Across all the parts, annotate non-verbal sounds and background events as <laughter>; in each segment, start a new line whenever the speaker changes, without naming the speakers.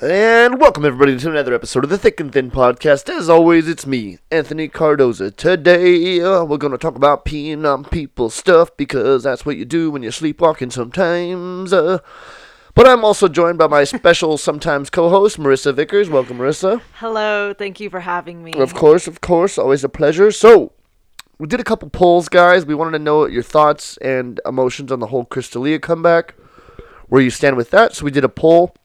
And welcome, everybody, to another episode of the Thick and Thin Podcast. As always, it's me, Anthony Cardoza. Today, uh, we're going to talk about peeing on people's stuff because that's what you do when you're sleepwalking sometimes. Uh, but I'm also joined by my <laughs> special, sometimes co host, Marissa Vickers. Welcome, Marissa.
Hello, thank you for having me.
Of course, of course, always a pleasure. So, we did a couple polls, guys. We wanted to know your thoughts and emotions on the whole Crystalia comeback, where you stand with that. So, we did a poll.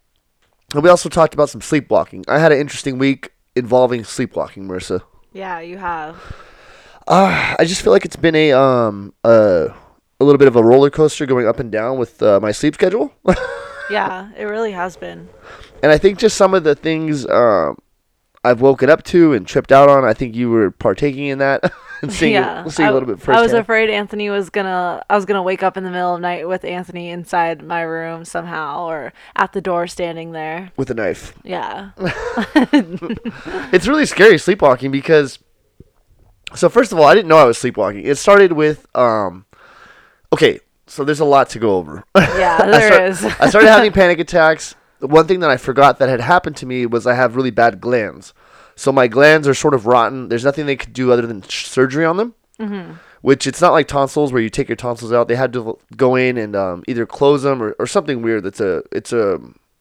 And we also talked about some sleepwalking. I had an interesting week involving sleepwalking, Marissa.
Yeah, you have.
Ah, I just feel like it's been a um uh, a little bit of a roller coaster going up and down with uh, my sleep schedule, <laughs>
Yeah, it really has been.
and I think just some of the things um I've woken up to and tripped out on. I think you were partaking in that <laughs> and seeing
yeah,
it, seeing
I-
a little bit
I was
firsthand.
afraid Anthony was gonna. I was gonna wake up in the middle of the night with Anthony inside my room somehow, or at the door standing there.
with a knife. <laughs>
Yeah,
It's really scary sleepwalking because so first of all, I didn't know I was sleepwalking. It started with um okay, so there's a lot to go over. <laughs>
yeah,
I
there is. <laughs>
start- I started having panic attacks. The one thing that I forgot that had happened to me was I have really bad glands. So my glands are sort of rotten. There's nothing they could do other than sh- surgery on them. Which it's not like tonsils where you take your tonsils out. They had to l- go in and um, either close them or, or something weird. That's a it's a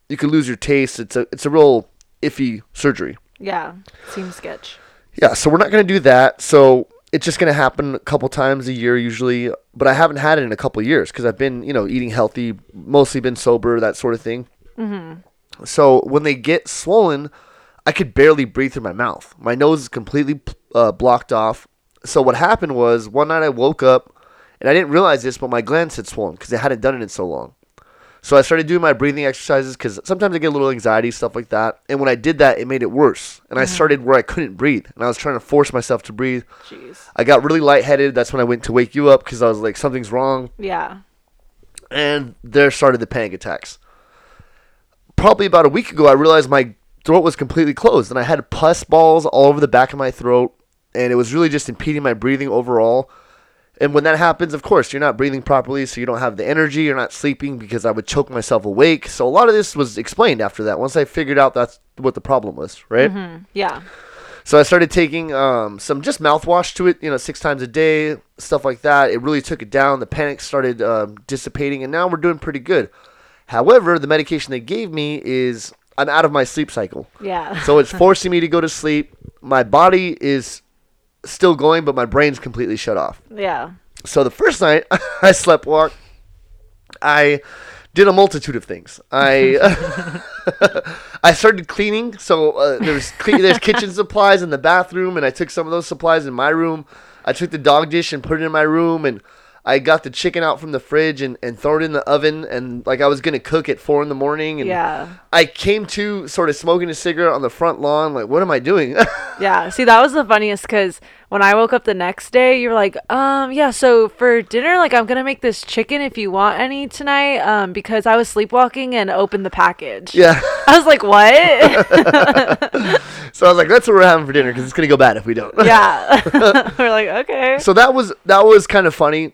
you could lose your taste. It's a it's a real iffy surgery.
yeah, seems sketch.
Yeah, so we're not going to do that. So it's just going to happen a couple times a year usually, but I haven't had it in a couple years because I've been, you know, eating healthy, mostly been sober, that sort of thing. Mm-hmm. So when they get swollen, I could barely breathe through my mouth. My nose is completely uh, blocked off. So what happened was one night I woke up and I didn't realize this, but my glands had swollen because I hadn't done it in so long. So I started doing my breathing exercises because sometimes I get a little anxiety, stuff like that. And when I did that, it made it worse. And I started where I couldn't breathe. And I was trying to force myself to breathe.
Jeez.
I got really lightheaded. That's when I went to wake you up because I was like, something's wrong.
Yeah.
And there started the panic attacks. Probably about a week ago, I realized my throat was completely closed and I had pus balls all over the back of my throat. And it was really just impeding my breathing overall. And when that happens, of course, you're not breathing properly, so you don't have the energy, you're not sleeping because I would choke myself awake. So a lot of this was explained after that once I figured out that's what the problem was, right?
Mm, yeah.
So I started taking um, some just mouthwash to it, you know, six times a day, stuff like that. It really took it down. The panic started um, dissipating, and now we're doing pretty good. However, the medication they gave me is I'm out of my sleep cycle.
Yeah.
So it's forcing me to go to sleep. My body is still going, but my brain's completely shut off. <laughs>
yeah.
So the first night <laughs> I slept walk, I did a multitude of things. I <laughs> I started cleaning. So uh, there's cle- there's kitchen supplies in the bathroom, and I took some of those supplies in my room. I took the dog dish and put it in my room, and I got the chicken out from the fridge and and thrown it in the oven. And like I was gonna cook at four in the morning, and
Yeah.
I came to sort of smoking a cigarette on the front lawn. Like, what am I doing? <laughs>
Yeah. See, that was the funniest because when I woke up the next day, you were like, um, yeah, so for dinner, like, I'm going to make this chicken if you want any tonight um, because I was sleepwalking and opened the package.
yeah.
I was
<laughs>
like, what?
So I was like, that's what we're having for dinner because it's gonna go bad if we don't.
yeah. <laughs> we're like, okay.
So that was that was kind of funny,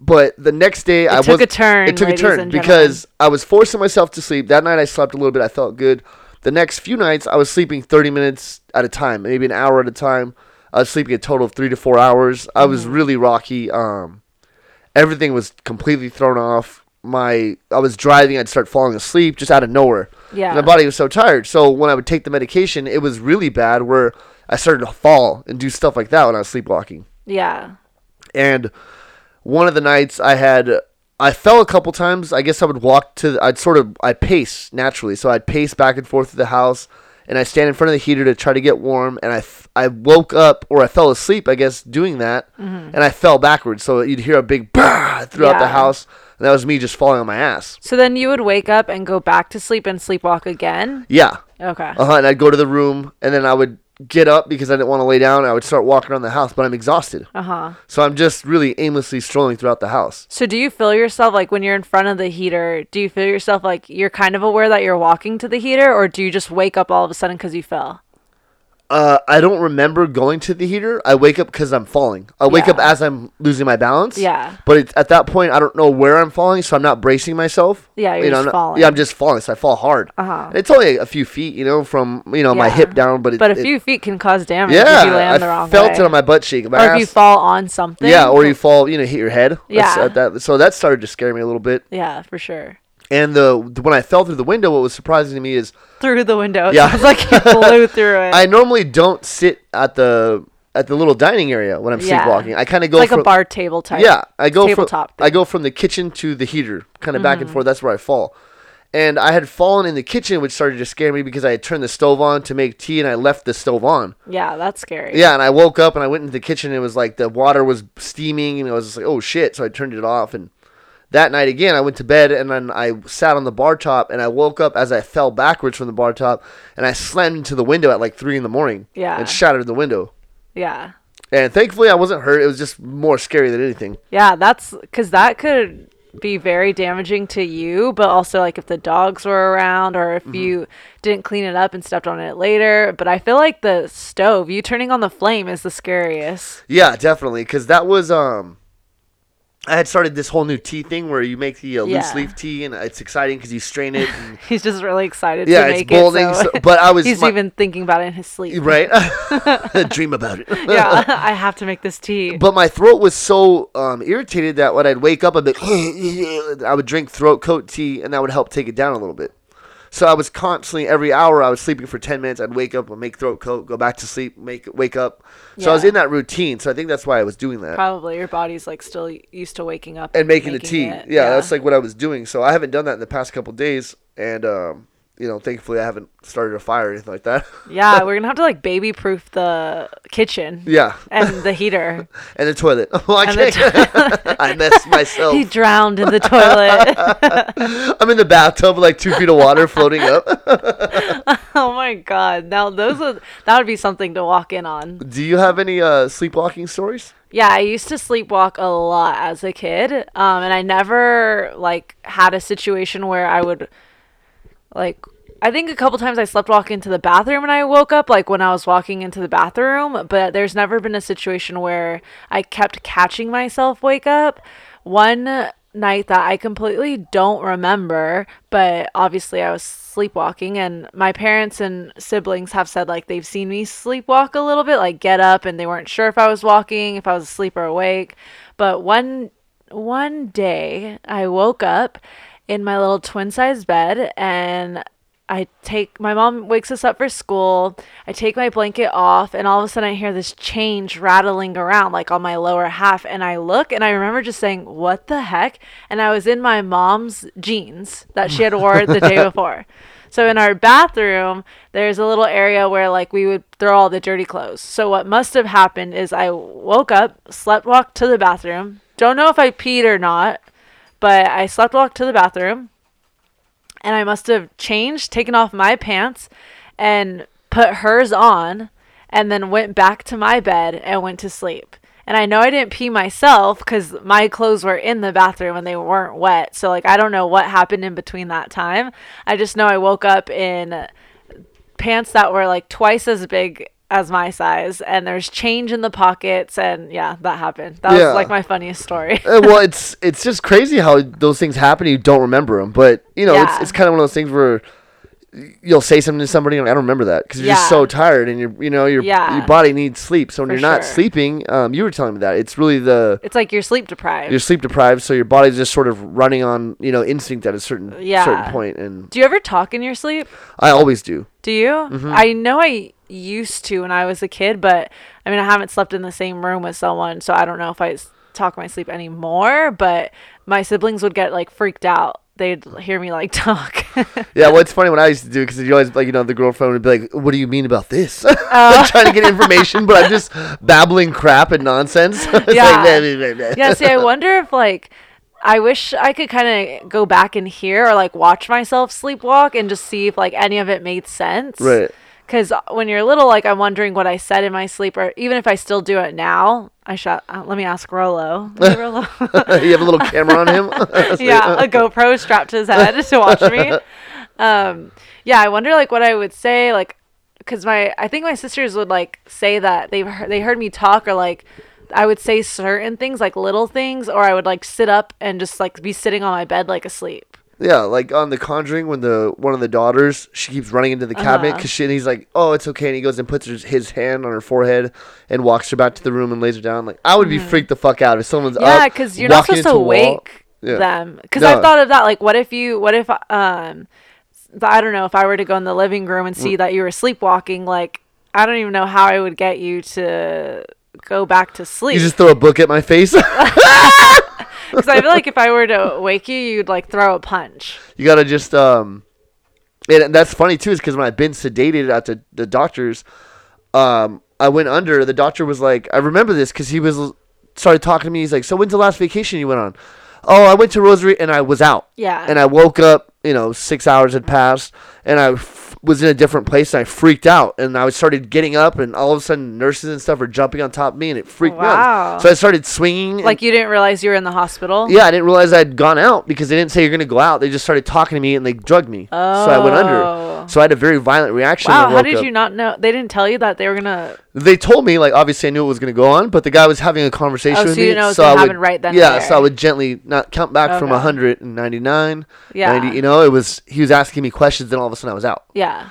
but the next day I
took
was,
a turn,
It took a
ladies
turn
and
because I was forcing myself to sleep. That night I slept a little bit. I felt good. The next few nights I was sleeping thirty minutes at a time, maybe an hour at a time. I was sleeping a total of three to four hours. I
Mm-hmm.
was really rocky. Um, everything was completely thrown off. My I was driving. I'd start falling asleep just out of nowhere.
Yeah.
My body was so tired. So when I would take the medication, it was really bad. Where I started to fall and do stuff like that when I was sleepwalking
yeah.
and one of the nights I had I fell a couple times. I guess I would walk to I'd sort of I pace naturally, so I'd pace back and forth to the house, and I stand in front of the heater to try to get warm. And I f- I woke up or I fell asleep, I guess, doing that, and I fell backwards. So you'd hear a big <laughs> bah throughout the
Yeah.
house, and that was me just falling on my ass.
So then you would wake up and go back to sleep and sleepwalk again.
Yeah,
Okay.
uh huh. And I'd go to the room, and then I would get up because I didn't want to lay down. and I would start walking around the house, but I'm exhausted,
Uh huh.
so I'm just really aimlessly strolling throughout the house.
So do you feel yourself like when you're in front of the heater, do you feel yourself like you're kind of aware that you're walking to the heater or do you just wake up all of a sudden because you fell?
uh, I don't remember going to the heater. I wake up because I'm falling. I wake
Yeah.
up as I'm losing my balance.
Yeah.
But it, at that point, I don't know where I'm falling, so I'm not bracing myself.
Yeah, you're
you know,
just
I'm not-
falling.
Yeah, I'm just falling. So I fall hard.
Uh-huh.
And It's only a few feet, you know, from you know my
Yeah.
hip down, but it,
But a
it-
few feet can cause damage
yeah,
if you land
I
the wrong
felt
way.
it on my butt cheek. My
or if
ass-
you fall on something.
yeah, or you fall, you know, hit your head. That's-
Yeah.
uh, that- so that started to scare me a little bit.
<laughs> Yeah, for sure.
And the when I fell through the window, what was surprising to me is
Through the window. <laughs> It
Yeah.
sounds like
<laughs>
you blew through it.
I normally don't sit at the at the little dining area when I'm
Yeah.
sleepwalking. I kind of go
it's like
from,
a bar table type.
Yeah, I go
tabletop
from I go from the kitchen to the heater, kind of back and forth. That's where I fall. And I had fallen in the kitchen, which started to scare me because I had turned the stove on to make tea, and I left the stove on.
Yeah, that's scary.
Yeah, and I woke up and I went into the kitchen. And it was like the water was steaming, and I was just like, "Oh shit!" So I turned it off. And that night again, I went to bed and then I sat on the bar top, and I woke up as I fell backwards from the bar top, and I slammed into the window at like three in the morning.
Yeah.
and shattered the window.
Yeah.
And thankfully, I wasn't hurt. It was just more scary than anything.
Yeah, that's because that could be very damaging to you, but also like if the dogs were around or if
Mm-hmm.
you didn't clean it up and stepped on it later. But I feel like the stove, you turning on the flame is
<laughs>
the scariest.
Yeah, definitely, because that was um. I had started this whole new tea thing where you make the uh, loose
Yeah.
leaf tea and it's exciting because you strain it.
<laughs>
And,
He's just really excited
yeah,
to
it's
make
boiling.
it.
So,
So <laughs>
but I was
he's
my-
even thinking about it in his sleep.
<laughs> right. <laughs>
<laughs>
Dream about it. <laughs>
yeah, <laughs> I have to make this tea.
But my throat was so um, irritated that when I'd wake up, I'd be like, <laughs> I would drink throat coat tea, and that would help take it down a little bit. So I was constantly every hour I was sleeping for ten minutes. I'd wake up and make throat coat, go back to sleep, make wake up. So I was
Yeah.
in that routine. So I think that's why I was doing that
Probably your body's like still used to waking up
and making, the tea.
it.
Yeah, that's like what I was doing. So I haven't done that in the past couple days, and um, you know, thankfully I haven't started a fire or anything like that. <laughs>
yeah. We're gonna have to like baby proof the kitchen <laughs>
yeah,
and the
<laughs>
heater.
and the toilet. Well, I
And the
can't. <laughs> I messed myself.
<laughs> He drowned in
<laughs>
the toilet. <laughs>
I'm in the bathtub, with, like two feet of water floating up.
oh my god! Now those would that would be something to walk in on.
Do you have any uh, sleepwalking stories?
Yeah, I used to sleepwalk a lot as a kid, um, and I never like had a situation where I would like. I think a couple times I slept walk into the bathroom and I woke up like when I was walking into the bathroom, but there's never been a situation where I kept catching myself wake up. One night that I completely don't remember, but obviously I was sleepwalking and my parents and siblings have said like they've seen me sleepwalk a little bit, like get up and they weren't sure if I was walking, if I was asleep or awake. But one one day I woke up in my little twin size bed and I take my mom wakes us up for school. I take my blanket off and all of a sudden I hear this change rattling around like on my lower half and I look and I remember just saying, "What the heck?" And I was in my mom's jeans that she had wore the day before. So in our bathroom, there's a little area where like we would throw all the dirty clothes. So what must have happened is I woke up, slept walked to the bathroom. Don't know if I peed or not, but I slept walked to the bathroom and I must have changed, taken off my pants and put hers on and then went back to my bed and went to sleep. And I know I didn't pee myself cuz my clothes were in the bathroom and they weren't wet. So like I don't know what happened in between that time. I just know I woke up in pants that were like twice as big as my size and there's change in the pockets and yeah, that happened. That
Yeah.
was like my funniest story. <laughs>
Uh, well, it's it's just crazy how those things happen. and You don't remember them, but you know, it's
Yeah.
it's kind of one of those things where you'll say something to somebody and I don't remember that because you're just
Yeah.
so tired and you're you know your
Yeah.
your body needs sleep. So when
For
you're not
sure.
sleeping, um, you were telling me that it's really the
it's like you're sleep deprived.
you're sleep deprived, so your body's just sort of running on you know instinct at a certain
Yeah.
certain point, and
Do you ever talk in your sleep?
I always do.
Do you? I know I used to when I was a kid, but I mean, I haven't slept in the same room with someone, so I don't know if I s- talk in my sleep anymore. But my siblings would get like freaked out. They'd hear me like <laughs> talk.
Yeah, well, it's funny what I used to do because you always like you know the girlfriend would be like, "What do you mean about this?" <laughs>
Oh.
I'm trying to get information, but I'm just babbling crap and nonsense. <laughs> It's like,
Yeah.
"Blah, blah, blah, blah."
yeah, see, I wonder if like. I wish I could kind of go back and hear or like watch myself sleepwalk and just see if like any of it made sense.
Right.
Because when you're little, like I'm wondering what I said in my sleep, or even if I still do it now, I shot. Uh, let me ask Rolo. Hey, Rolo.
<laughs> you have a little camera on him. <laughs> It's like,
yeah, a
<laughs>
GoPro strapped to his head to watch me. Um, yeah, I wonder like what I would say, like, because my I think my sisters would like say that they they heard me talk or like I would say certain things like little things or I would like sit up and just like be sitting on my bed like asleep.
Yeah, like on The Conjuring, when the one of the daughters she keeps running into the
Uh-huh.
cabinet because she and he's like, "Oh, it's okay," and he goes and puts his, his hand on her forehead and walks her back to the room and lays her down. Like I would be freaked the fuck out if someone's
Mm-hmm. Yeah,
up,
because you're not
walking
supposed to
into a wall.
wake
Yeah.
them. Because
No.
I've thought of that. Like, what if you? What if um, th- I don't know if I were to go in the living room and
Mm.
see that you were sleepwalking. Like, I don't even know how I would get you to go back to
You
sleep.
just throw a book at my face. <laughs>
Because I feel like if I were to wake you, you'd like throw a punch.
you gotta just um, and that's funny too, is because when I've been sedated at the the doctor's, um, I went under. The doctor was like, I remember this because he was started talking to me. He's like, "So when's the last vacation you went on?" Oh, I went to Rosary and I was out.
Yeah.
And I woke up. You know, six hours had passed, and I f- was in a different place. And I freaked out, and I started getting up, and all of a sudden, nurses and stuff were jumping on top of me, and it freaked me
Wow.
out. So I started swinging. and-
Like you didn't realize you were in the hospital.
yeah, I didn't realize I'd gone out because they didn't say you're gonna go out. They just started talking to me and they drugged me, so I went
Oh.
under. So I had a very violent reaction. when
Wow.
I
How
woke
did
up.
you not know? They didn't tell you that they were gonna.
They told me like obviously I knew it was gonna go on, but the guy was having a conversation
Oh,
with
so you
me,
didn't know it was
so
gonna
I would
happen right then and
yeah,
there.
so I would gently not count back from
Okay.
199,
Yeah.
90, you know, it was he was asking me questions, then all of a sudden I was out.
Yeah.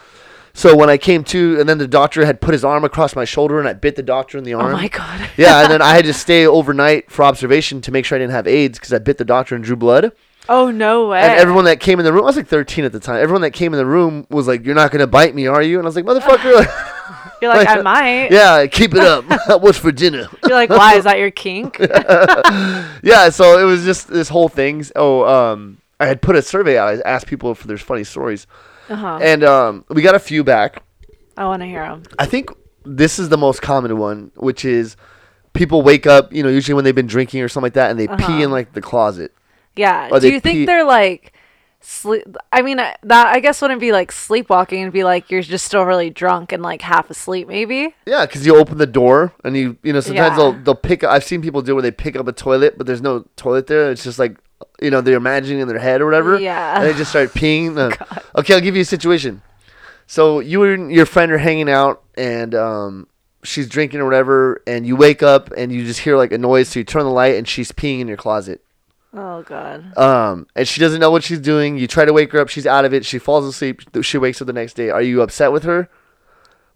So when I came to, and then the doctor had put his arm across my shoulder, and I bit the doctor in the arm.
Oh my god. <laughs>
yeah, and then I had to stay overnight for observation to make sure I didn't have AIDS because I bit the doctor and drew blood.
Oh no way.
And everyone that came in the room, I was like 13 at the time. Everyone that came in the room was like, "You're not gonna bite me, are you?" And I was like, "Motherfucker,
<laughs> You're
<laughs>
like,
like,
I might.
yeah, keep it up. <laughs> What's for dinner?" <laughs>
You're like, why is that your kink?
yeah, so it was just this whole thing. Oh, um, I had put a survey out. I asked people for their funny stories,
Uh-huh.
and um, we got a few back.
I want to hear them.
I think this is the most common one, which is people wake up, you know, usually when they've been drinking or something like that, and they pee in like the closet.
Yeah.
Or
Do
they
you think
pee-
they're like sleep? I mean, I- that I guess wouldn't be like sleepwalking and be like you're just still really drunk and like half asleep, maybe.
Yeah, because you open the door and you, you know, sometimes
Yeah.
they'll they'll pick. I've seen people do where they pick up a toilet, but there's no toilet there. It's just like, you know, they're imagining in their head or whatever.
Yeah.
and they just start
<laughs>
peeing. Uh, okay, I'll give you a situation. So you and your friend are hanging out, and um, she's drinking or whatever, and you wake up and you just hear like a noise. So you turn the light, and she's peeing in your closet.
Oh god.
Um, and she doesn't know what she's doing. You try to wake her up, she's out of it. She falls asleep. th- She wakes up the next day. Are you upset with her?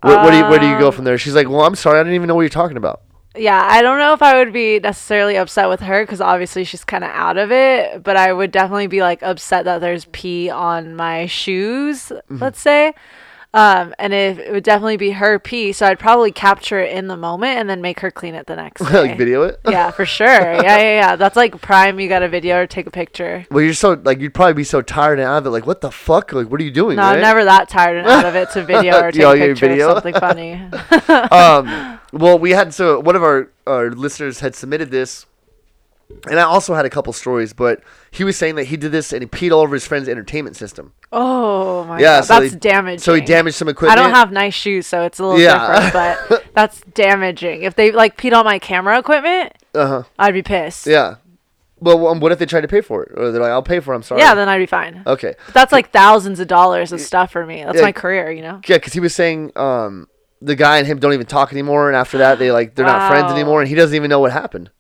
Where, where do you, where do
Um,
you go from there? She's like, well, I'm sorry, I didn't even know what you're talking about. <laughs>
Yeah, I don't know if I would be necessarily upset with her because obviously she's kind of out of it, but I would definitely be like upset that there's pee on my shoes,
Mm-hmm.
let's say. Um, and if it would definitely be her pee, so I'd probably capture it in the moment and then make her clean it the next day.
<laughs> like video it.
yeah, for sure. Yeah, yeah, yeah. That's like prime. You got a video or take a picture.
Well, you're so like you'd probably be so tired and out of it. Like, what the fuck? Like, what are you doing?
No, I'm
right?
never that tired and out of
<laughs>
it to video or take
Y'all
a
get
picture
video?
of something
<laughs>
funny. <laughs>
um, well, we had so one of our our listeners had submitted this, and I also had a couple stories, but he was saying that he did this and he peed all over his friend's entertainment system.
oh my
Yeah,
god,
so
that's
he-
damaging.
So he damaged some
I
equipment.
don't have nice shoes, so it's a little
Yeah. <laughs>
different, but that's damaging. If they like peed on my camera equipment,
Uh huh.
I'd be pissed. Yeah,
Yeah. Well, um, what if they try to pay for it? Or they're like, "I'll pay for it." I'm sorry.
then I'd be fine.
okay.
But that's like thousands of dollars of stuff for me. That's
Uh, Yeah.
my career, you know.
Yeah, because he was saying um, the guy and him don't even talk anymore, and after that they like they're not friends
Wow.
anymore, and he doesn't even know what happened.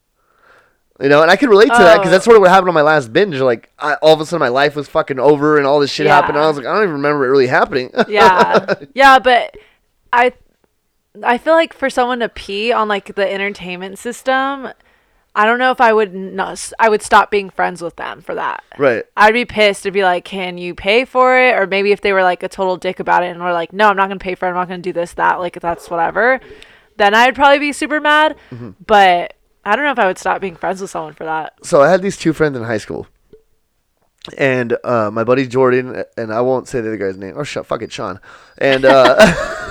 You know, and I can relate to that 'cause that because
Oh.
that's sort of what happened on my last binge. Like, I, all of a sudden my life was fucking over, and all this shit
Yeah.
happened. And I was like, I don't even remember it really happening. <laughs>
Yeah, yeah, but I, I feel like for someone to pee on like the entertainment system, I don't know if I would not. I would stop being friends with them for that.
right.
I'd be pissed to be like, can you pay for it? Or maybe if they were like a total dick about it and were like, no, I'm not going to pay for it. I'm not going to do this, that. Like, that's whatever. Then I'd probably be super mad.
Mm-hmm.
But I don't know if I would stop being friends with someone for that.
so I had these two friends in high school, and uh, my buddy Jordan and I won't say the other guy's name. Oh shut, fuck it, Sean. And uh,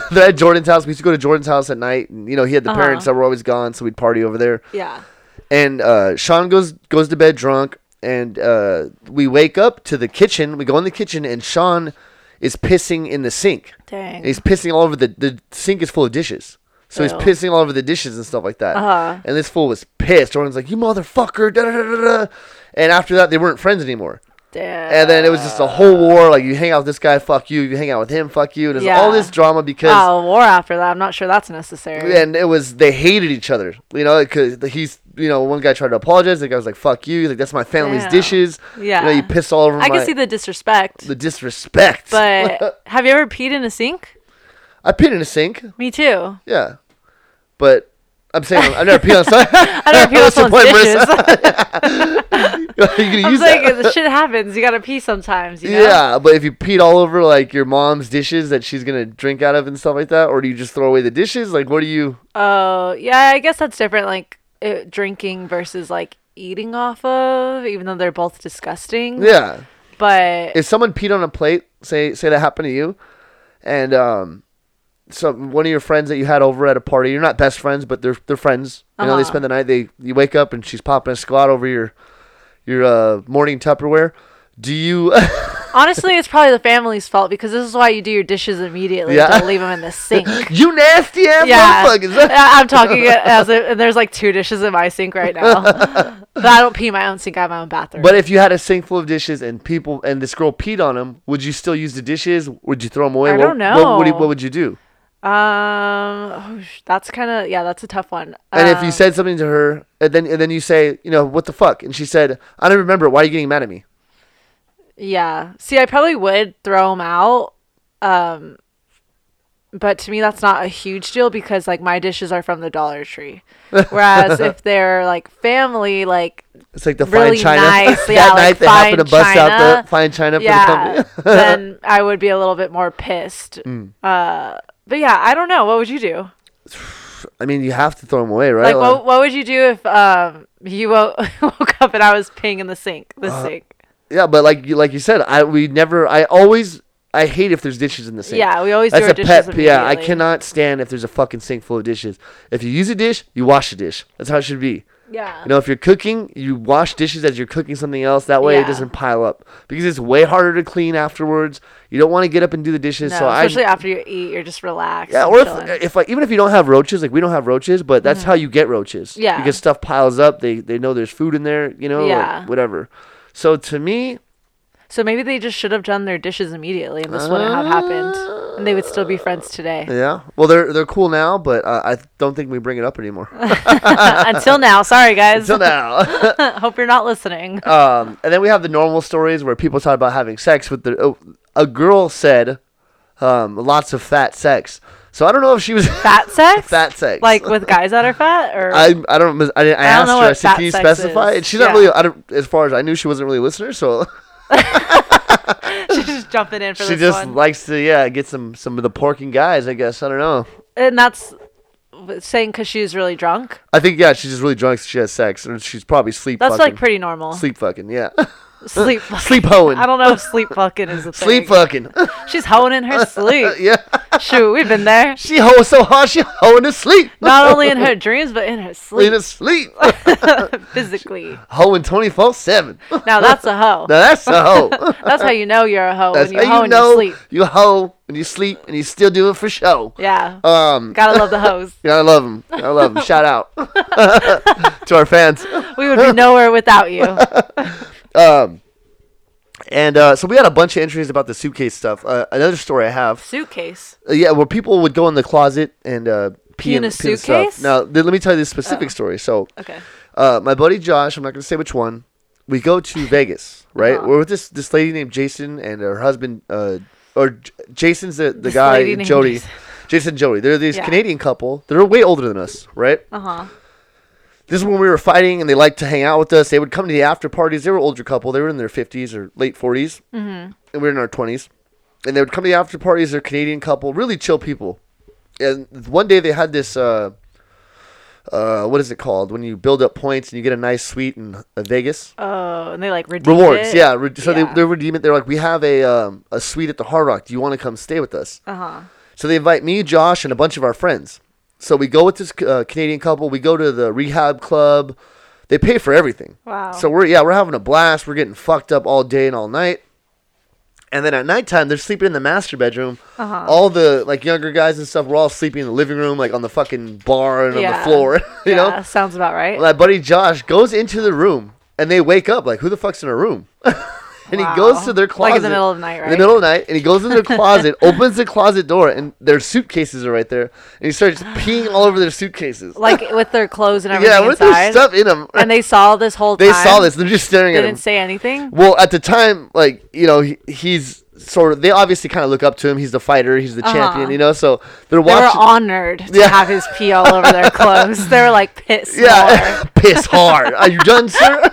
<laughs> they're at Jordan's house. We used to go to Jordan's house at night, and you know he had the parents that were always gone, so we'd party over there.
Yeah.
And uh, Sean goes goes to bed drunk, and uh, we wake up to the kitchen. We go in the kitchen, and Sean is pissing in the sink.
Dang.
And he's pissing all over the the sink is full of dishes. So he's
Ew.
pissing all over the dishes and stuff like that.
Uh-huh.
And this fool was pissed. Jordan's like, "You motherfucker!" Da, da, da, da. da." And after that, they weren't friends anymore.
Damn.
And then it was just a whole
Uh.
war. Like you hang out with this guy, fuck you. You hang out with him, fuck you. And there's all
Yeah. Oh.
this drama because
Wow, war after that. I'm not sure that's necessary.
and it was they hated each other. You know, because he's you know one guy tried to apologize. The guy was like, "Fuck you!" He's like that's my family's
Damn.
dishes.
Yeah.
you know, you pissed all over
I
my
can see the disrespect.
the disrespect.
but have you ever peed in a sink?
<laughs> I peed in a sink.
Me too.
Yeah, but I'm saying I've never peed on something. <laughs>
I don't pee on
What's the
someone's
point,
dishes. <laughs>
Marissa?
I
You're <laughs> gonna
was
use
like,
that.
the shit happens. You gotta pee sometimes. You know?
Yeah, but if you peed all over like your mom's dishes that she's gonna drink out of and stuff like that, or do you just throw away the dishes? Like, what do you?
Oh, yeah. I guess that's different. Like it, drinking versus like eating off of, even though they're both disgusting.
Yeah,
But
if someone peed on a plate, say say that happened to you, and um, some one of your friends that you had over at a party, you're not best friends, but they're they're friends. You know, they
Uh-huh.
spend the night. They you wake up and she's popping a squat over your your uh, morning Tupperware. Do you? <laughs>
honestly, it's probably the family's fault because this is why you do your dishes immediately.
Yeah.
Don't leave them
<laughs>
in the sink.
you nasty ass
<laughs> yeah,
motherfuckers. <laughs>
I- I'm talking as if, and there's like two dishes in my sink
<laughs>
right now. but I don't pee in my own sink. I have my own bathroom.
But if you had a sink full of dishes and people and this girl peed on them, would you still use the dishes? Would you throw them away?
I
what,
don't
What, would you,
know.
what would you do?
Um, oh, sh- that's kind of yeah, that's a tough one.
And if
Um,
you said something to her, and then and then you say, you know, what the fuck? And she said, I don't remember. Why are you getting mad at me?
yeah, see, I probably would throw them out. Um, but to me, that's not a huge deal because like my dishes are from the
<laughs>
Dollar Tree, whereas if they're like family, like
It's like the
Really
fine china <laughs>
nice,
that
yeah,
night
like
they happen to
fine
bust out
china.
the fine china for the <laughs>
yeah,
company.
then I would be a little bit more pissed.
Mm.
Uh, but yeah, I don't know. What would you do?
I mean, you have to throw them away, right?
Like, what what would you do if um you wo- <laughs> woke up and I was peeing in the sink, the
Uh,
sink?
yeah, but like you like you said, I we never. I always. I hate if there's dishes in the sink.
Yeah, we always do
That's
our
a
dishes
pet. pe- Yeah, I
immediately.
cannot stand if there's a fucking sink full of dishes. If you use a dish, you wash a dish. That's how it should be.
Yeah.
You know, if you're cooking, you wash dishes as you're cooking something else. That way, it
Yeah.
doesn't pile up because it's way harder to clean afterwards. You don't want to get up and do the dishes.
No,
so I
especially after you eat, you're just relaxed.
yeah,
and
or
chilling.
if, if like even if you don't have roaches, like we don't have roaches, but that's how you get roaches.
Mm-hmm. Yeah.
because stuff piles up. They they know there's food in there. You know, like,
Yeah.
whatever. So to me,
so maybe they just should have done their dishes immediately, and this wouldn't have happened, and they would still be
<laughs>
friends today.
yeah. Well, they're they're cool now, but uh, I don't think we bring it up
<laughs>
anymore.
Until now, sorry guys.
Until now.
<laughs> Hope you're not listening.
Um, and then we have the normal stories where people talk about having sex with the. Oh, a girl said, um, lots of fat sex. So I don't know if she was <laughs>
fat sex.
fat sex.
Like with guys that are fat, or
I, I don't I, didn't- I
I don't
asked
know
her I
what
said
fat
can you
sex
specify
is."
and she's not
Yeah.
really I don't, as far as I knew she wasn't really a listener so
<laughs> she's just jumping in
<laughs>
for
she
this
just
one.
likes to yeah get some some of the porking guys I guess I don't know
and that's saying because she's really drunk.
I think yeah she's just really drunk so she has sex and she's probably sleep
That's
fucking
like pretty normal.
sleep fucking yeah
<laughs>
<laughs>
sleep, fucking.
sleep hoeing
I don't know if sleep fucking is a thing.
sleep fucking <laughs>
She's hoeing in her sleep.
yeah
Shoot, we've been there.
she hoes so hard she hoeing to sleep <laughs>
Not only in her dreams, but in her
in
sleep,
to sleep
<laughs> physically.
hoeing 24
<laughs>
7 now
Now that's a hoe.
that's a
<laughs>
hoe
That's how you know you're a
<laughs>
hoe
that's
when you
how
hoe
you
and you
know
sleep.
you hoe and you sleep and you still do it for show
Yeah,
um
gotta love the hoes.
Yeah, I love them. I love them. Shout
<laughs>
out <laughs> to our fans.
We would be nowhere without you.
<laughs> Um, and uh, so we had a bunch of entries about the suitcase stuff. Uh, another story I have,
Suitcase.
uh, yeah, where people would go in the closet and uh, pee,
Pee
in,
in a
pee in stuff.
suitcase?
Now, th- let me tell you this specific story. So,
Okay.
uh, my buddy Josh, I'm not going to say which one. We go
<laughs>
to Vegas, right?
Uh-huh.
We're with this this lady named Jason and her husband, uh, or J- Jason's the, the
This
guy,
lady
and
named
Jody.
Jason.
Jason and Jody. They're this
Yeah.
Canadian couple. They're way older than us, right?
Uh huh.
this is when we were fighting and they liked to hang out with us. They would come to the after parties. They were older couple. They were in their 50s or late 40s. Mm-hmm. And we were in our 20s. And they would come to the after parties. They're Canadian couple, really chill people. And one day they had this, uh, uh, what is it called? When you build up points and you get a nice suite in uh, Vegas.
Oh, and they like redeemed
Rewards,
it?
yeah. Re- so
Yeah.
They, they're redeeming. They're like, we have a um, a suite at the Hard Rock. Do you want to come stay with us?
Uh huh.
So they invite me, Josh, and a bunch of our friends. So we go with this uh, Canadian couple. We go to the rehab club. They pay for everything.
Wow.
So we're yeah we're having a blast. We're getting fucked up all day and all night. And then at nighttime, they're sleeping in the master bedroom.
Uh-huh.
All the like younger guys and stuff, we're all sleeping in the living room, like on the fucking bar and on the
Yeah.
floor. <laughs> you know,
Yeah, sounds about right.
my buddy Josh goes into the room <laughs> and they wake up like, who the fuck's in our room? and
Wow.
he goes to their
Like
closet
in the middle of the night,
In the
right?
middle of the night, and he goes in
<laughs>
their closet, opens the closet door, and their suitcases are right there, and he starts peeing all over their suitcases.
like with their clothes and
<laughs>
everything
yeah, with
inside.
their stuff in them.
And they saw this
<laughs>
whole
they
time.
saw this. They're just staring
They
at him.
didn't say anything.
Well, at the time, like you know, he, he's sort of. They obviously kind of look up to him. He's the fighter. He's the champion. You know, so they're
Uh-huh. They were
watching.
honored to
Yeah.
have his pee all over their clothes. They were like pissed.
<laughs> yeah,
Yeah.
<laughs> piss hard. Are you done,
<laughs>
sir?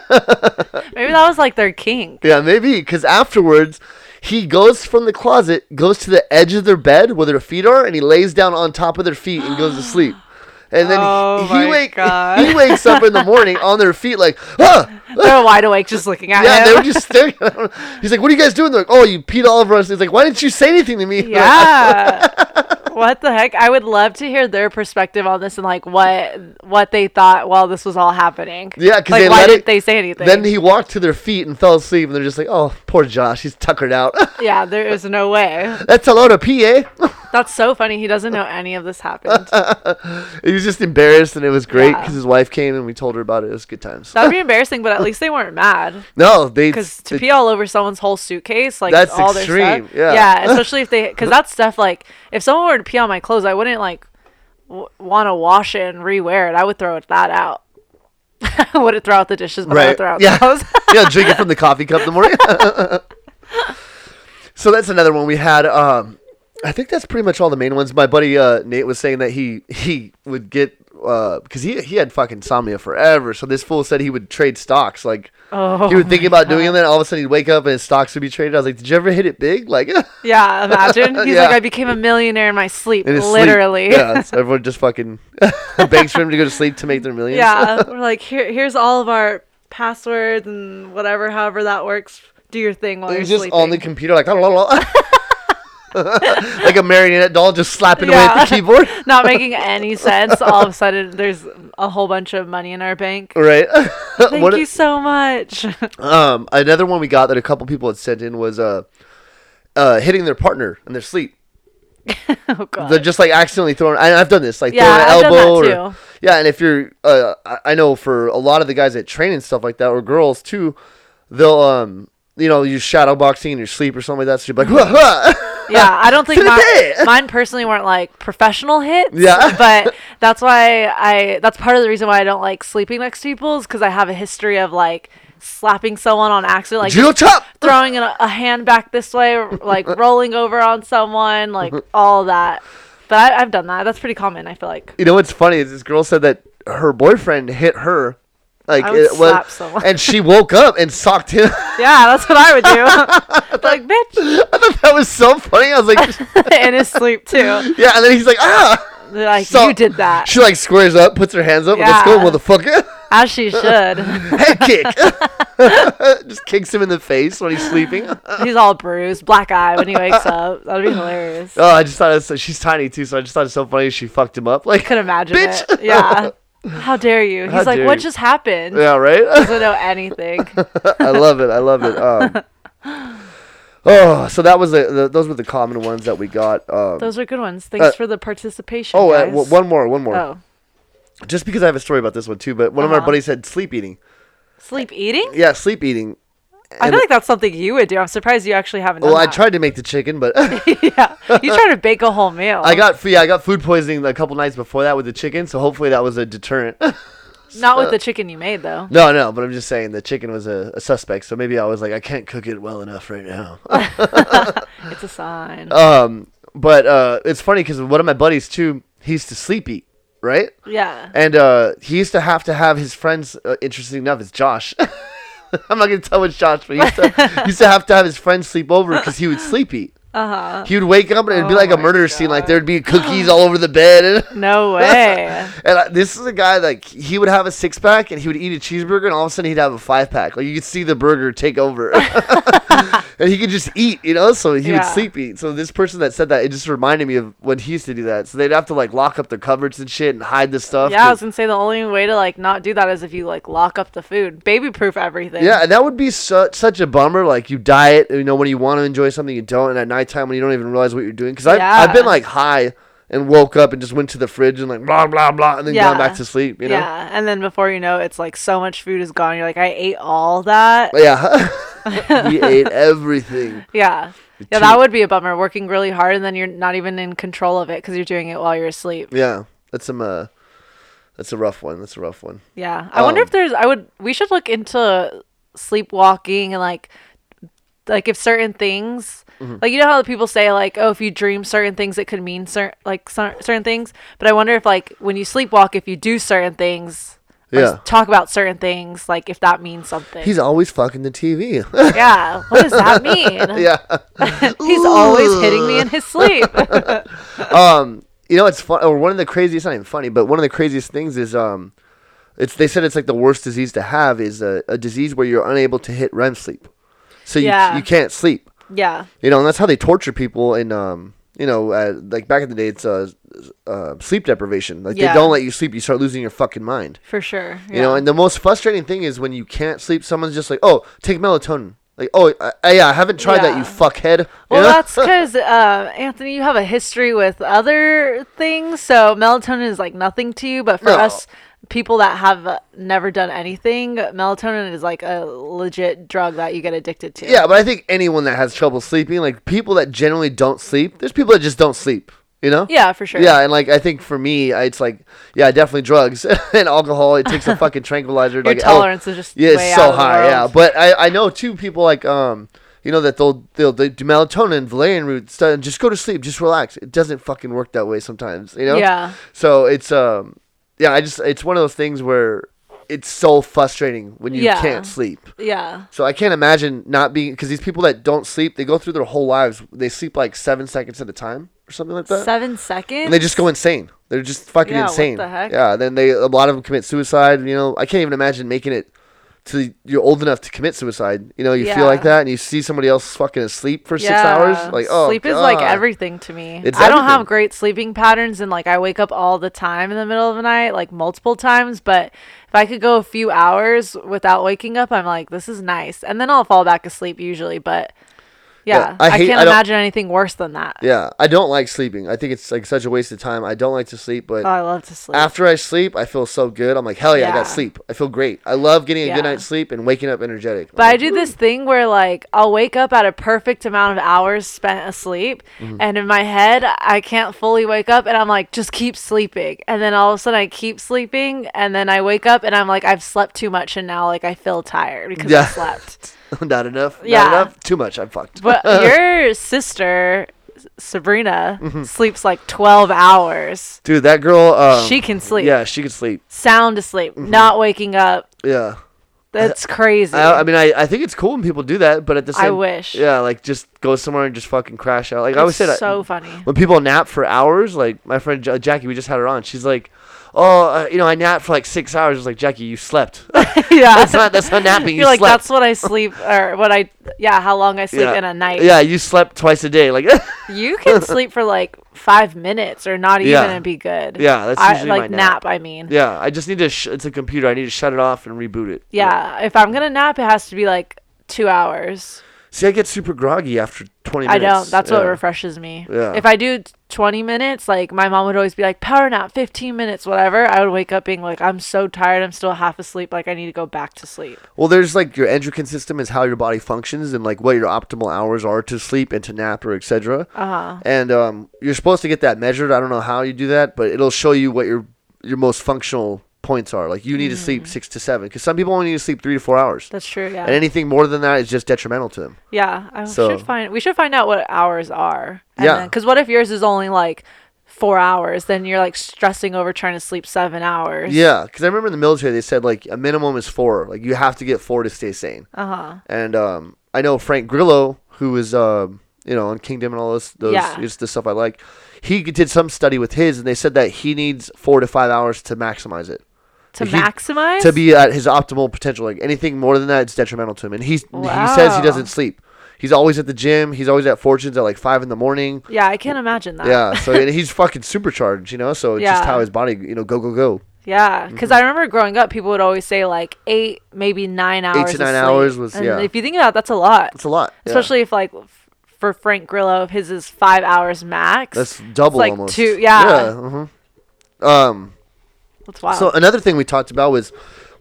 Maybe that was like their kink.
yeah, maybe because afterwards. He goes from the closet, goes to the edge of their bed where their feet are, and he lays down on top of their feet and goes to sleep. And then he-
Oh
he,
my
wake,
God.
he wakes up in the morning on their feet like,
<laughs>
ah,
They were wide awake just looking at
Yeah,
him.
they were just staring. At him. He's like, "What are you guys doing?" They're like, "Oh, you peed all over us." He's like, "Why didn't you say anything to me?" <laughs>
yeah. <laughs> what the heck? I would love to hear their perspective on this and like what what they thought while this was all happening.
Yeah, 'cause
like,
they
why
let
didn't
it-
they say anything?
Then he walked to their feet and fell asleep, and they're just like, "Oh, poor Josh, he's tuckered out." <laughs>
yeah, there is no way.
That's a lot of eh? PA.
That's so funny. He doesn't know any of this happened.
<laughs> he was just embarrassed, and it was great
Yeah.
because his wife came and we told her about it. It was good times.
That would be embarrassing, but at least they weren't mad.
no, they
Because to
they-
pee all over someone's whole suitcase, like
That's
all their
extreme,
stuff.
yeah. <laughs>
especially if they, because that's stuff like if someone were to pee on my clothes, I wouldn't like w- want to wash it and rewear it. I would throw it that out. <laughs> I wouldn't throw out the dishes, but I
Right,
would throw out
yeah.
those.
<laughs> yeah, drink it from the coffee cup in the morning. <laughs> so that's another one we had. Um, I think that's pretty much all the main ones. My buddy uh, Nate was saying that he he would get because he he had fucking insomnia forever. So this fool said he would trade stocks. Like
Oh
he would think about doing it, and then all of a sudden he'd wake up and his stocks would be traded. I was like, did you ever hit it big? Like <laughs>
yeah, imagine he's
Yeah.
like, I became a millionaire in my sleep,
in his sleep.
literally. <laughs>
Yeah, so everyone just fucking <laughs> begs for him to go to sleep to make their millions. <laughs>
Yeah, we're like, here, here's all of our passwords and whatever, however that works. Do your thing while
He
you're
was just
sleeping.
on the computer like <laughs> like a marionette doll just slapping away
Yeah.
at the keyboard.
not
<laughs>
making any sense. All of a sudden, there's a whole bunch of money in our bank.
Right. <laughs>
Thank
What-
you so much. <laughs>
um another one we got that a couple people had sent in was uh uh hitting their partner in their sleep.
oh god.
They're just like accidentally throwing. I, I've done this, like
Yeah, I've
throwing
done
an
that
elbow. or,
too.
Yeah, and if you're, uh, I, I know for a lot of the guys that train and stuff like that, or girls too, they'll, um, you know, use shadow boxing in your sleep or something like that. So you're like, "Wah, <laughs>
<laughs>
wah."
yeah, I don't think
To the
my,
<laughs> bed.
mine personally weren't like professional hits.
Yeah.
<laughs> but that's why I. That's part of the reason why I don't like sleeping next to people is because I have a history of like slapping someone on accident, like
judo chop.
<laughs> throwing a, a hand back this way, or,
<laughs>
like rolling over on someone, like all that. But I, I've done that. That's pretty common. I feel like.
You know what's funny is this girl said that her boyfriend hit her, like
I would
it was,
slap someone.
and she woke up and socked him. <laughs>
Yeah, that's what I would do. like, bitch, <laughs>
I thought that was so funny. I was like,
in his sleep too.
yeah, and then he's like, ah.
They're like,
So-
you did that.
She like squares up, puts her hands up, and let's go,
Yeah. <laughs>
motherfucker.
As
<laughs>
she should. <laughs>
Head kick. <laughs> Just kicks him in the face when he's sleeping.
He's all bruised, black eye when he wakes up. That'd be hilarious.
Oh, I just thought it was so, she's tiny too, so I just thought it's so funny she fucked him up. Like,
Could imagine
Bitch.
it.
<laughs>
Yeah. How dare you? He's
How
like,
dare
what
you."
just
<laughs>
happened?
yeah,
<laughs>
right.
Doesn't know
<laughs>
anything.
I love it. I love it. Um,
<laughs>
oh, so that was the, the those were the common ones that we got. Um,
Those are good ones. Thanks
Uh,
for the participation.
oh, uh,
guys.
w- one more, one more.
Oh.
Just because I have a story about this one too, but one of
Uh-huh.
our buddies said sleep eating.
Sleep eating?
Yeah, sleep eating.
I
And-
feel like that's something you would do. I'm surprised you actually haven't done
Well, I
that.
tried to make the chicken, but
<laughs>
<laughs>
yeah. You try to bake a whole meal.
I got yeah, I got food poisoning a couple nights before that with the chicken, so hopefully that was a deterrent. <laughs>
Not
uh,
with the chicken you made, though.
No, no, but I'm just saying the chicken was a, a suspect, so maybe I was like, I can't cook it well enough right
<laughs>
now.
It's a sign.
um, but uh, it's funny because one of my buddies too, he used to sleep eat, right?
yeah.
And uh, he used to have to have his friends. Uh, interesting enough, it's Josh. <laughs> I'm not gonna tell which Josh, but he used to, he used to have to have his friends sleep over because he would sleep eat. Uh-huh. He would wake up and it'd be
Oh
like a
my
murder scene. Like there'd be cookies all over the bed. And, <laughs>
No way.
And I, this is a guy like he would have a six pack and he would eat a cheeseburger and all of a sudden he'd have a five pack. Like you could see the burger take over, <laughs> and he could just eat, you know. So he would
Yeah.
sleep eat. So this person that said that it just reminded me of when he used to do that. So they'd have to like lock up their cupboards and shit and hide the stuff.
Yeah, I
'cause-
was gonna say the only way to like not do that is if you like lock up the food, baby proof everything.
yeah, and that would be such such a bummer. Like you diet, you know, when you want to enjoy something, you don't, and at nighttime when you don't even realize what you're doing. Because I've, I've been
Yeah.
like high and woke up and just went to the fridge and like blah blah blah, and then gone
Yeah.
back to sleep. You know.
yeah, and then before you know, it, it's like so much food is gone. You're like, I ate all that.
Yeah. <laughs> we
<laughs>
ate everything.
Yeah.
Two-
Yeah, that would be a bummer. Working really hard and then you're not even in control of it because you're doing it while you're asleep.
Yeah, that's some. Uh, that's a rough one. That's a rough one.
Yeah. I wonder
Um,
if there's I would we should look into sleepwalking and like like if certain things
Mm-hmm.
like you know how people say like oh if you dream certain things it could mean certain like cer- certain things but I wonder if like when you sleepwalk if you do certain things or s-
Yeah.
talk about certain things like if that means something.
He's always fucking the TV.
yeah. What does that
<laughs>
mean?
yeah.
He's always hitting me
<laughs>
in his sleep. <laughs>
you know it's fun or one of the craziest not even funny but one of the craziest things is um it's they said it's like the worst disease to have is a, a disease where you're unable to hit REM sleep so you,
Yeah.
you can't sleep
yeah.
you know and that's how they torture people in um you know uh, like back in the day it's uh, uh sleep deprivation like they
Yeah.
don't let you sleep you start losing your fucking mind
For sure.
you know
yeah.
and the most frustrating thing is when you can't sleep someone's just like oh take melatonin like oh I, I, yeah, I haven't tried that
Yeah.
you fuckhead You
Well,
know?
that's because uh, Anthony, you have a history with other things, so melatonin is like nothing to you. But for
No.
us people that have uh, never done anything, melatonin is like a legit drug that you get addicted to.
Yeah, but I think anyone that has trouble sleeping, like people that generally don't sleep, there's people that just don't sleep. You know?
Yeah, for sure.
Yeah, and like I think for me, I, it's like yeah, definitely drugs <laughs> and alcohol. It
<laughs>
takes a fucking tranquilizer.
Your
like, oh,
tolerance is just
yeah,
way
it's
out
so
of the
high. Yeah,
world.
but I I know too people like um you know that they'll they'll they do melatonin, valerian root stuff, and just go to sleep, just relax. It doesn't fucking work that way sometimes. You know?
Yeah.
So it's um yeah, I just it's one of those things where it's so frustrating when you
Yeah.
can't sleep.
yeah,
So I can't imagine not being because these people that don't sleep, they go through their whole lives. They sleep like seven seconds at a time or something like that,
seven seconds.
and they just go insane. They're just fucking
Yeah, what
insane.
the heck?
Yeah. Then they a lot of them commit suicide. You know, I can't even imagine making it to you're old enough to commit suicide. You know, you
Yeah.
feel like that, and you see somebody else fucking asleep for six hours. Like oh,
sleep is like
God.
everything to me.
It's
I don't
everything.
have great sleeping patterns, and like I wake up all the time in the middle of the night, like multiple times. But if I could go a few hours without waking up, I'm like, this is nice, and then I'll fall back asleep usually. But yeah,
Yeah, I
I,
hate-
can't
I don't-
imagine anything worse than that.
Yeah, I don't like sleeping. I think it's like such a waste of time. I don't like to sleep, but
Oh, I love to sleep.
after I sleep, I feel so good. I'm like, hell yeah, I
Yeah.
got sleep. I feel great. I love getting a
Yeah.
good night's sleep and waking up energetic.
But I do this thing where like I'll wake up at a perfect amount of hours spent asleep,
Mm-hmm.
and in my head I can't fully wake up, and I'm like just keep sleeping, and then all of a sudden I keep sleeping, and then I wake up and I'm like I've slept too much, and now like I feel tired because I
Yeah.
slept.
<laughs> not enough.
Yeah.
Not enough. Too much. I'm fucked.
But
<laughs>
your sister Sabrina
Mm-hmm.
sleeps like 12 hours.
Dude, that girl. Um,
She can sleep,
Yeah, Mm-hmm. she could sleep.
sound asleep, not waking up.
Yeah.
That's crazy.
I, I mean, I, I think it's cool when people do that, but at the
I
same
wish.
Yeah, like just go somewhere and just fucking crash out. Like I
It's
always say that.
so funny.
When people nap for hours, like my friend Ja- Jackie, we just had her on. She's like, "Oh, uh, you know, I napped for like six hours." I was like, "Jackie, you slept.
<laughs>
<laughs>
yeah,
that's not that's not
<laughs>
napping. You
You're like,
slept."
that's what I sleep, or what I, yeah, how long I sleep
yeah.
in a night.
Yeah, you slept twice a day. Like, <laughs>
You can sleep for like five minutes or not even
Yeah.
and be good.
Yeah, that's
I,
usually my
like
nap.
I mean, yeah.
yeah, I just need to. Sh- it's a computer. I need to shut it off and reboot it.
If I'm gonna nap, it has to be like two hours.
See, I get super groggy after twenty
I
minutes.
don't. That's what
Yeah.
refreshes me.
Yeah.
If I do t- 20 minutes, like my mom would always be like, power nap, 15 minutes, whatever. I would wake up being like, I'm so tired. I'm still half asleep. Like I need to go back to sleep.
Well, there's like your endocrine system is how your body functions and like what your optimal hours are to sleep and to nap or etc.
Uh huh.
And um, you're supposed to get that measured. I don't know how you do that, but it'll show you what your your most functional points are. Like you need to sleep six to seven because some people only need to sleep three to four hours,
That's true. Mm. Yeah.
and anything more than that is just detrimental to them.
Yeah, I
So-
should find. We should find out what hours are. And
Yeah.
Because what if yours is only like four hours? Then you're like stressing over trying to sleep seven hours.
Yeah, because I remember in the military they said like a minimum is four. Like you have to get four to stay sane.
Uh huh.
And um, I know Frank Grillo, who was um, you know on Kingdom and all this, those
Yeah.
just the stuff I like. He did some study with his, and they said that he needs four to five hours to maximize it
To
He-
maximize.
to be at his optimal potential. Like anything more than that, it's detrimental to him. And he he says he
Wow.
doesn't sleep. He's always at the gym. He's always at Fortunes at like five in the morning.
Yeah, I can't imagine that.
Yeah, so
<laughs>
and he's fucking supercharged, you know. So it's just
Yeah.
how his body, you know, go go go.
Yeah,
Mm-hmm.
because I remember growing up, people would always say like eight, maybe nine hours.
to
of
nine
sleep.
hours was-
And
yeah.
If you think about, it, that's a lot.
It's a lot, yeah.
Especially if like f- for Frank Grillo, if his is five hours max.
That's double
like
almost.
two- yeah.
Yeah. mhm. Um.
that's wild.
So another thing we talked about was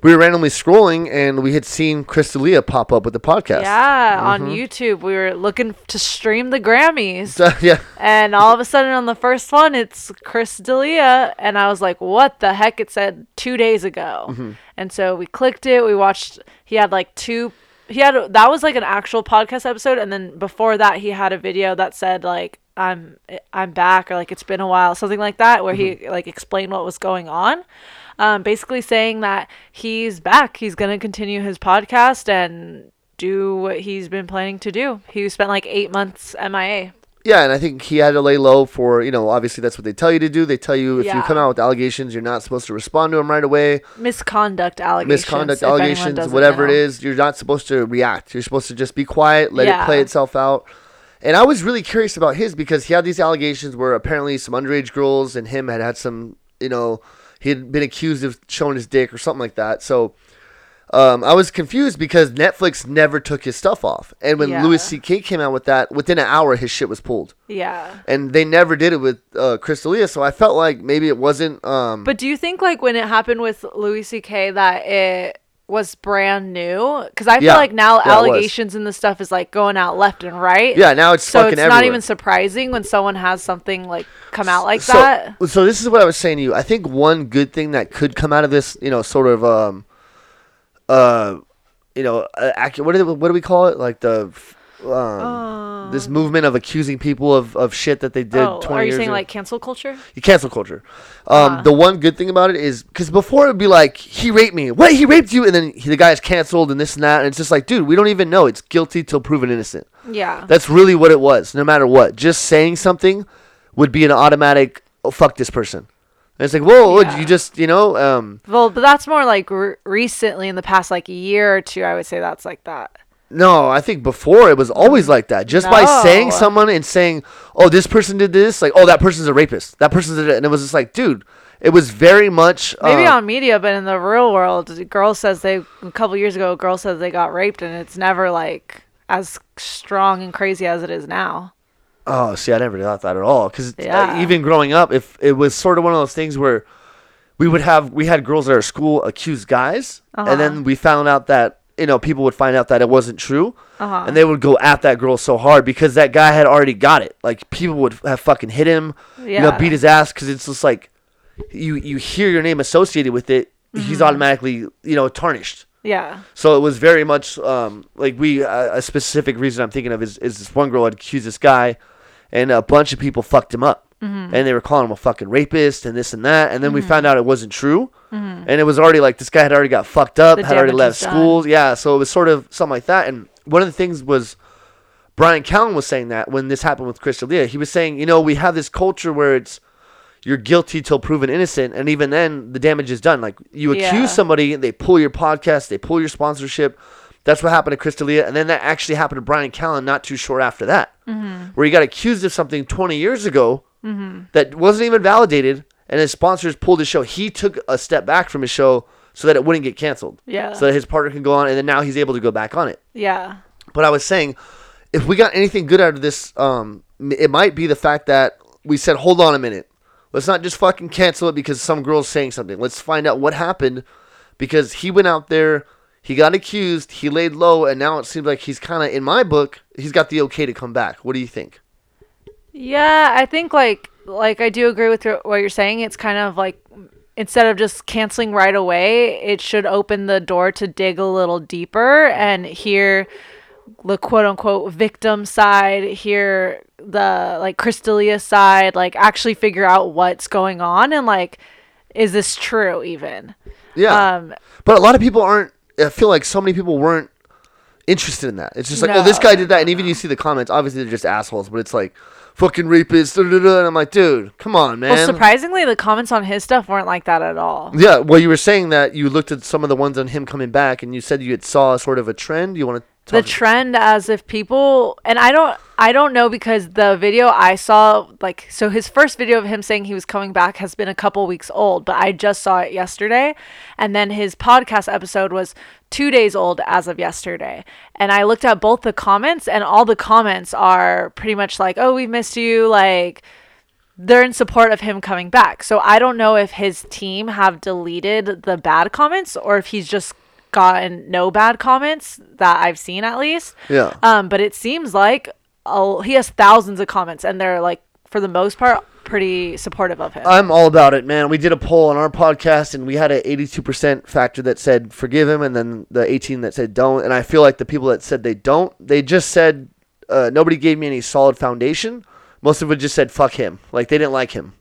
we were randomly scrolling and we had seen Crystalia pop up with the podcast.
Yeah, on
Mm-hmm.
YouTube, we were looking to stream the Grammys.
So, <laughs> yeah.
And all of a sudden, on the first one, it's Chris D'Elia, and I was like, "What the heck?" It said two days ago, and so we clicked it. We watched. He had like two. He had that was like an actual podcast episode, and then before that, he had a video that said like "I'm I'm back" or like "It's been a while," something like that, where he like explained what was going on. Um, basically saying that he's back. He's gonna continue his podcast and do what he's been planning to do. He spent like eight months MIA.
Yeah, and I think he had to lay low for, you know, obviously that's what they tell you to do. They tell you if you
Yeah.
come out with allegations, you're not supposed to respond to them right away.
misconduct allegations.
Misconduct
if anyone
allegations,
doesn't
whatever
know.
it is, you're not supposed to react. You're supposed to just be quiet, let it
Yeah.
play itself out. And I was really curious about his because he had these allegations where apparently some underage girls and him had had some, you know, he had been accused of showing his dick or something like that. So um, I was confused because Netflix never took his stuff off. And when
Yeah.
Louis C.K. came out with that, within an hour, his shit was pulled.
Yeah.
and they never did it with uh, Crystalia, so I felt like maybe it wasn't. Um,
But do you think like when it happened with Louis C.K. that it was brand new? Because I feel
Yeah.
like now
Yeah, it was.
allegations and this stuff is like going out left and right.
yeah, now it's
So
fucking
it's
everywhere.
not even surprising when someone has something like come out like
so,
that.
So this is what I was saying to you. I think one good thing that could come out of this, you know, sort of, um, uh, you know, uh, ac- what do they- what do we call it? Like the. f- Um, this movement of accusing people of, of shit that they did
Uh, Oh,
20
are you
years
saying
ago.
like cancel culture?
You cancel culture. Um,
Ah.
The one good thing about it is because before it would be like he raped me, what he raped you, and then he, the guy is canceled and this and that, and it's just like, dude, we don't even know. It's guilty till proven innocent.
Yeah.
That's really what it was. No matter what, just saying something would be an automatic oh, fuck this person. And it's like, whoa, whoa,
Yeah.
you just you know, um,
well, but that's more like re- recently in the past like year or two. I would say that's like that.
no, I think before it was always like that. Just by saying
No.
someone and saying, oh, this person did this, like, oh, that person's a rapist. That person's a, and it was just like, dude, it was very much
Maybe
uh,
on media, but in the real world, a girl says they a couple years ago, a girl says they got raped, and it's never like as strong and crazy as it is now.
Oh, see, I never thought that at all. Because
Yeah.
even growing up, if it was sort of one of those things where we would have we had girls at our school accuse guys, and
Uh-huh.
then we found out that you know people would find out that it wasn't true,
Uh-huh.
and they would go at that girl so hard because that guy had already got it. Like people would have fucking hit him, you know,
Yeah.
beat his ass because it's just like you you hear your name associated with it, he's
Mm-hmm.
automatically you know tarnished.
Yeah,
So it was very much um, like we uh, a specific reason I'm thinking of is, is this one girl had accused this guy, and a bunch of people fucked him up,
Mm-hmm.
and they were calling him a fucking rapist and this and that, and then we found out it wasn't true, and it was already like this guy had already got fucked up,
Mm-hmm. The
had already
damage
left
was done.
school, yeah. So it was sort of something like that, and one of the things was. Brian Callen was saying that when this happened with Chris D'Elia. He was saying, you know, we have this culture where it's you're guilty till proven innocent, and even then the damage is done. Like you accuse
Yeah.
somebody, they pull your podcast, they pull your sponsorship. That's what happened to Chris D'Elia, and then that actually happened to Brian Callen not too short after that,
Mm-hmm.
where he got accused of something 20 years ago that wasn't even validated, and his sponsors pulled his show. He took a step back from his show so that it wouldn't get canceled,
Yeah.
so that his partner can go on, and then now he's able to go back on it.
yeah,
But I was saying, if we got anything good out of this, um, m- it might be the fact that we said, hold on a minute. Let's not just fucking cancel it because some girl's saying something. Let's find out what happened because he went out there, he got accused, he laid low, and now it seems like he's kind of, in my book, he's got the okay to come back. What do you think?
yeah. I think like like I do agree with your, what you're saying. It's kind of like instead of just canceling right away, it should open the door to dig a little deeper and hear the quote unquote victim side, hear the like Crystalia side, like actually figure out what's going on and like is this true even?
Yeah.
Um
but a lot of people aren't, I feel like so many people weren't interested in that. It's just like, oh, this
No,
guy did that. And even you see the comments, obviously they're just assholes, but it's like, fucking rapists. da, da, da. And I'm like, dude, come on, man.
well surprisingly the comments on his stuff weren't like that at all.
Yeah, well, you were saying that you looked at some of the ones on him coming back, and you said you had saw sort of a trend. You want to
The
talk?
trend as if people and I don't I don't know because the video I saw like so his first video of him saying he was coming back has been a couple weeks old, but I just saw it yesterday. And then his podcast episode was 2 days old as of yesterday. And I looked at both the comments and all the comments are pretty much like, "Oh, we missed you," like they're in support of him coming back. So I don't know if his team have deleted the bad comments or if he's just gotten no bad comments that I've seen at least.
Yeah.
Um, but it seems like oh, he has thousands of comments, and they're like, for the most part, pretty supportive of him.
I'm all about it, man. We did a poll on our podcast, and we had an 82% factor that said forgive him, and then the 18 that said don't. And I feel like the people that said they don't, they just said uh, nobody gave me any solid foundation. Most of it just said fuck him, like they didn't like him.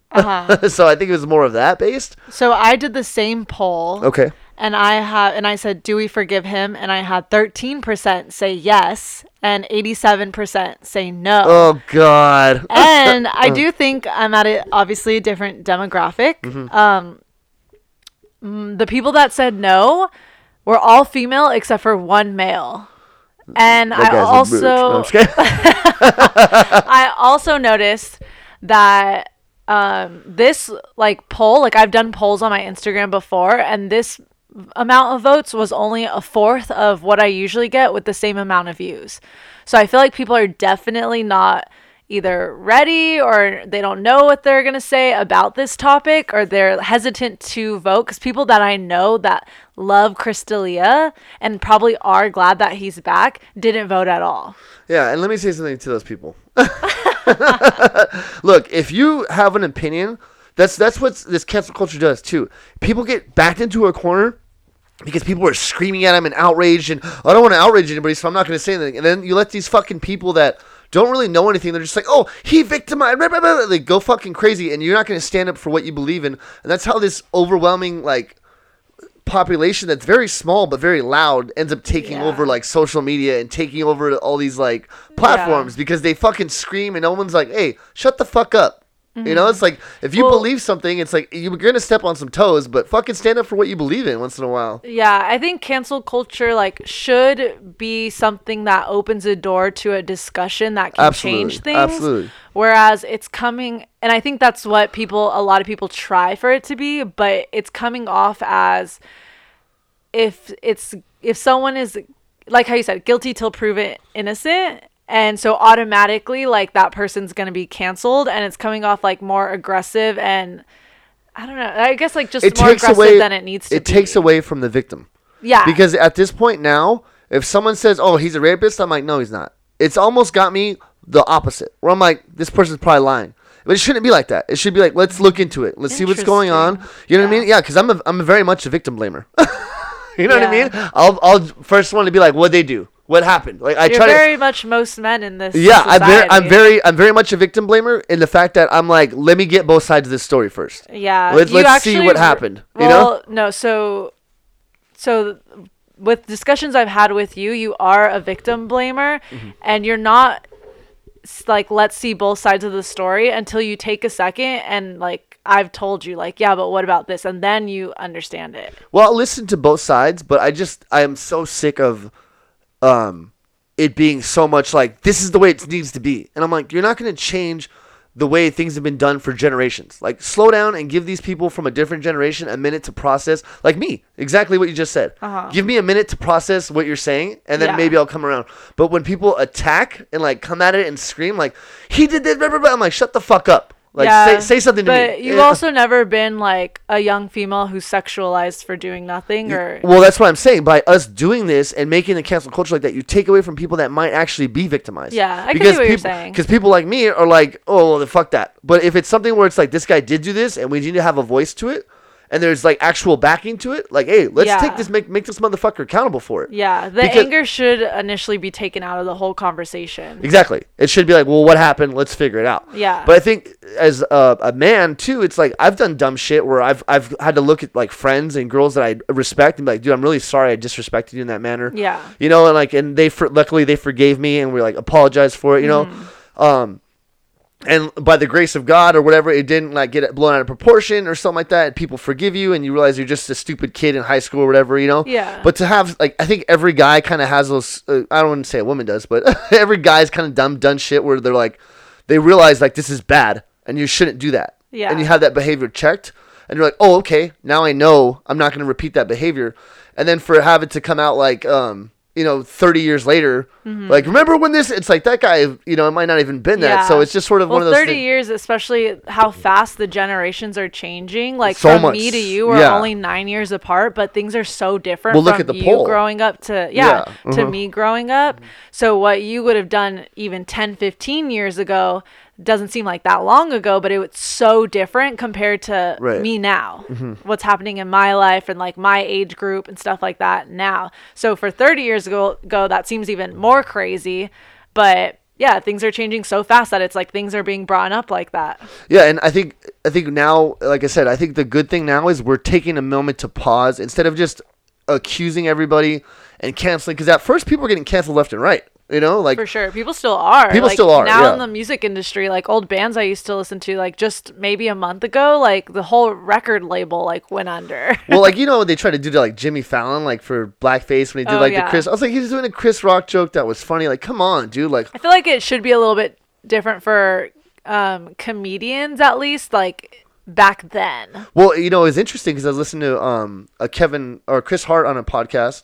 <laughs>
Uh-huh.
so I think it was more of that based.
so I did the same poll.
Okay.
And I have, and I said, "Do we forgive him?" And I had 13% say yes, and 87% say no.
Oh God.
and I
Mm.
do think I'm at a obviously a different demographic.
Mm-hmm.
Um, mm, the people that said no were all female except for one male. And
That
I
guy's a bitch. No, I'm
also
just kidding. <laughs>
I also noticed that um, this like poll, like I've done polls on my Instagram before, and this amount of votes was only a fourth of what I usually get with the same amount of views. So I feel like people are definitely not either ready or they don't know what they're going to say about this topic or they're hesitant to vote because people that I know that love Crystalia and probably are glad that he's back didn't vote at all.
Yeah, and let me say something to those people. Look, if you have an opinion, that's that's what this cancel culture does too. People get backed into a corner because people are screaming at them and outraged, and "Oh, I don't want to outrage anybody, so I'm not going to say anything. And then you let these fucking people that don't really know anything, they're just like, oh, he victimized, blah, blah, blah," they go fucking crazy, and you're not going to stand up for what you believe in. And that's how this overwhelming like population that's very small but very loud ends up taking
Yeah.
over like social media and taking over all these like platforms because they fucking scream and no one's like, hey, shut the fuck up. You know, it's like if you
Mm-hmm. Well-
believe something, it's like you're gonna step on some toes, but fucking stand up for what you believe in once in a while.
Yeah, I think cancel culture like should be something that opens a door to a discussion that can
Absolutely,
change things.
absolutely.
Whereas it's coming and I think that's what people a lot of people try for it to be, but it's coming off as if it's if someone is like how you said guilty till proven innocent and so automatically like that person's going to be canceled and it's coming off like more aggressive and I don't know. I guess like just more aggressive than it needs to
it
be.
takes away from the victim.
Yeah.
Because at this point now, if someone says, "Oh, he's a rapist," I'm like, "No, he's not." It's almost got me the opposite, where I'm like, "This person's probably lying." But it shouldn't be like that. It should be like, "Let's look into it. Let's see what's going on." You know what I mean? Yeah, because I'm a, I'm a very much a victim blamer. <laughs> you know what
Yeah.
I mean? I'll I'll first one to be like, "What would they do? What happened?" Like I
You're
try to.
very much most men in this.
Yeah, I'm very, I'm
society.
very, I'm very much a victim blamer in the fact that I'm like, let me get both sides of this story first.
Yeah.
Let,
you
let's see
actually
what
re-
happened.
Well,
you know?
no. So, so with discussions I've had with you, you are a victim blamer,
Mm-hmm.
and you're not s- like let's see both sides of the story until you take a second and like I've told you like yeah, but what about this? And then you understand it.
Well, I'll listen to both sides, but I just I am so sick of um it being so much like this is the way it needs to be. And I'm like, you're not gonna change the way things have been done for generations. Like slow down and give these people from a different generation a minute to process. Like me, exactly what you just said. Give me a minute to process what you're saying and then
Uh-huh. Yeah.
maybe I'll come around. But when people attack and like come at it and scream like he did this, blah, blah, blah, I'm like, shut the fuck up. Like
Yeah,
say, say something to
but
me. <laughs>
you've
Yeah.
also never been like a young female who's sexualized for doing nothing or
Well, that's what I'm saying. By us doing this and making the cancel culture like that, you take away from people that might actually be victimized.
Yeah, I can see what you're
people,
saying.
Because people like me are like, oh, well, then fuck that. But if it's something where it's like, this guy did do this and we need to have a voice to it, and there's like actual backing to it, like, hey, let's
Yeah.
take this, make, make this motherfucker accountable for it.
Yeah, the
Because-
anger should initially be taken out of the whole conversation.
Exactly. It should be like, well, what happened? Let's figure it out.
Yeah.
But I think as a, a man too, it's like I've done dumb shit where I've I've had to look at like friends and girls that I respect and be like, dude, I'm really sorry I disrespected you in that manner.
Yeah.
You know, and like, and they for, luckily they forgave me and we like apologized for it. You
Mm-hmm.
know, um, and by the grace of God or whatever, it didn't like get blown out of proportion or something like that. And people forgive you, and you realize you're just a stupid kid in high school or whatever, you know.
Yeah.
But to have like, I think every guy kind of has those. Uh, I don't want to say a woman does, but <laughs> every guy's kind of dumb, done shit where they're like, they realize like this is bad, and you shouldn't do that.
Yeah.
And you have that behavior checked, and you're like, oh, okay, now I know I'm not going to repeat that behavior. And then for have it to come out like, um, you know, 30 years later,
Mm-hmm.
like, remember when this, it's like that guy, you know, it might not even been that.
Yeah.
So it's just sort of
well,
one of those
30
thi-
years, especially how fast the generations are changing. Like
So
from
much,
me to you, we're
yeah.
only nine years apart, but things are so different
Well, look
from
at the
you
poll.
growing up to, yeah,
Yeah,
to me growing up. So what you would have done even 10, 15 years ago doesn't seem like that long ago, but it was so different compared to
Right.
me now, what's happening in my life and like my age group and stuff like that now. So for 30 years ago, ago that seems even more crazy. But yeah, things are changing so fast that it's like things are being brought up like that.
Yeah, and I think I think now, like I said, I think the good thing now is we're taking a moment to pause instead of just accusing everybody and canceling. Because at first, people were getting canceled left and right. You know, like
For sure. People still are.
People
Like,
still are,
Now
yeah.
in the music industry, like old bands I used to listen to, like just maybe a month ago, like the whole record label like went under. <laughs>
well, like you know, they tried to do to like Jimmy Fallon, like for blackface when he did
Oh,
like the
yeah.
Chris. I was like, he's doing a Chris Rock joke that was funny. Like, come on, dude. Like,
I feel like it should be a little bit different for um, comedians, at least, like back then.
well, you know, it's interesting because I was listening to um a Kevin or Chris Hart on a podcast,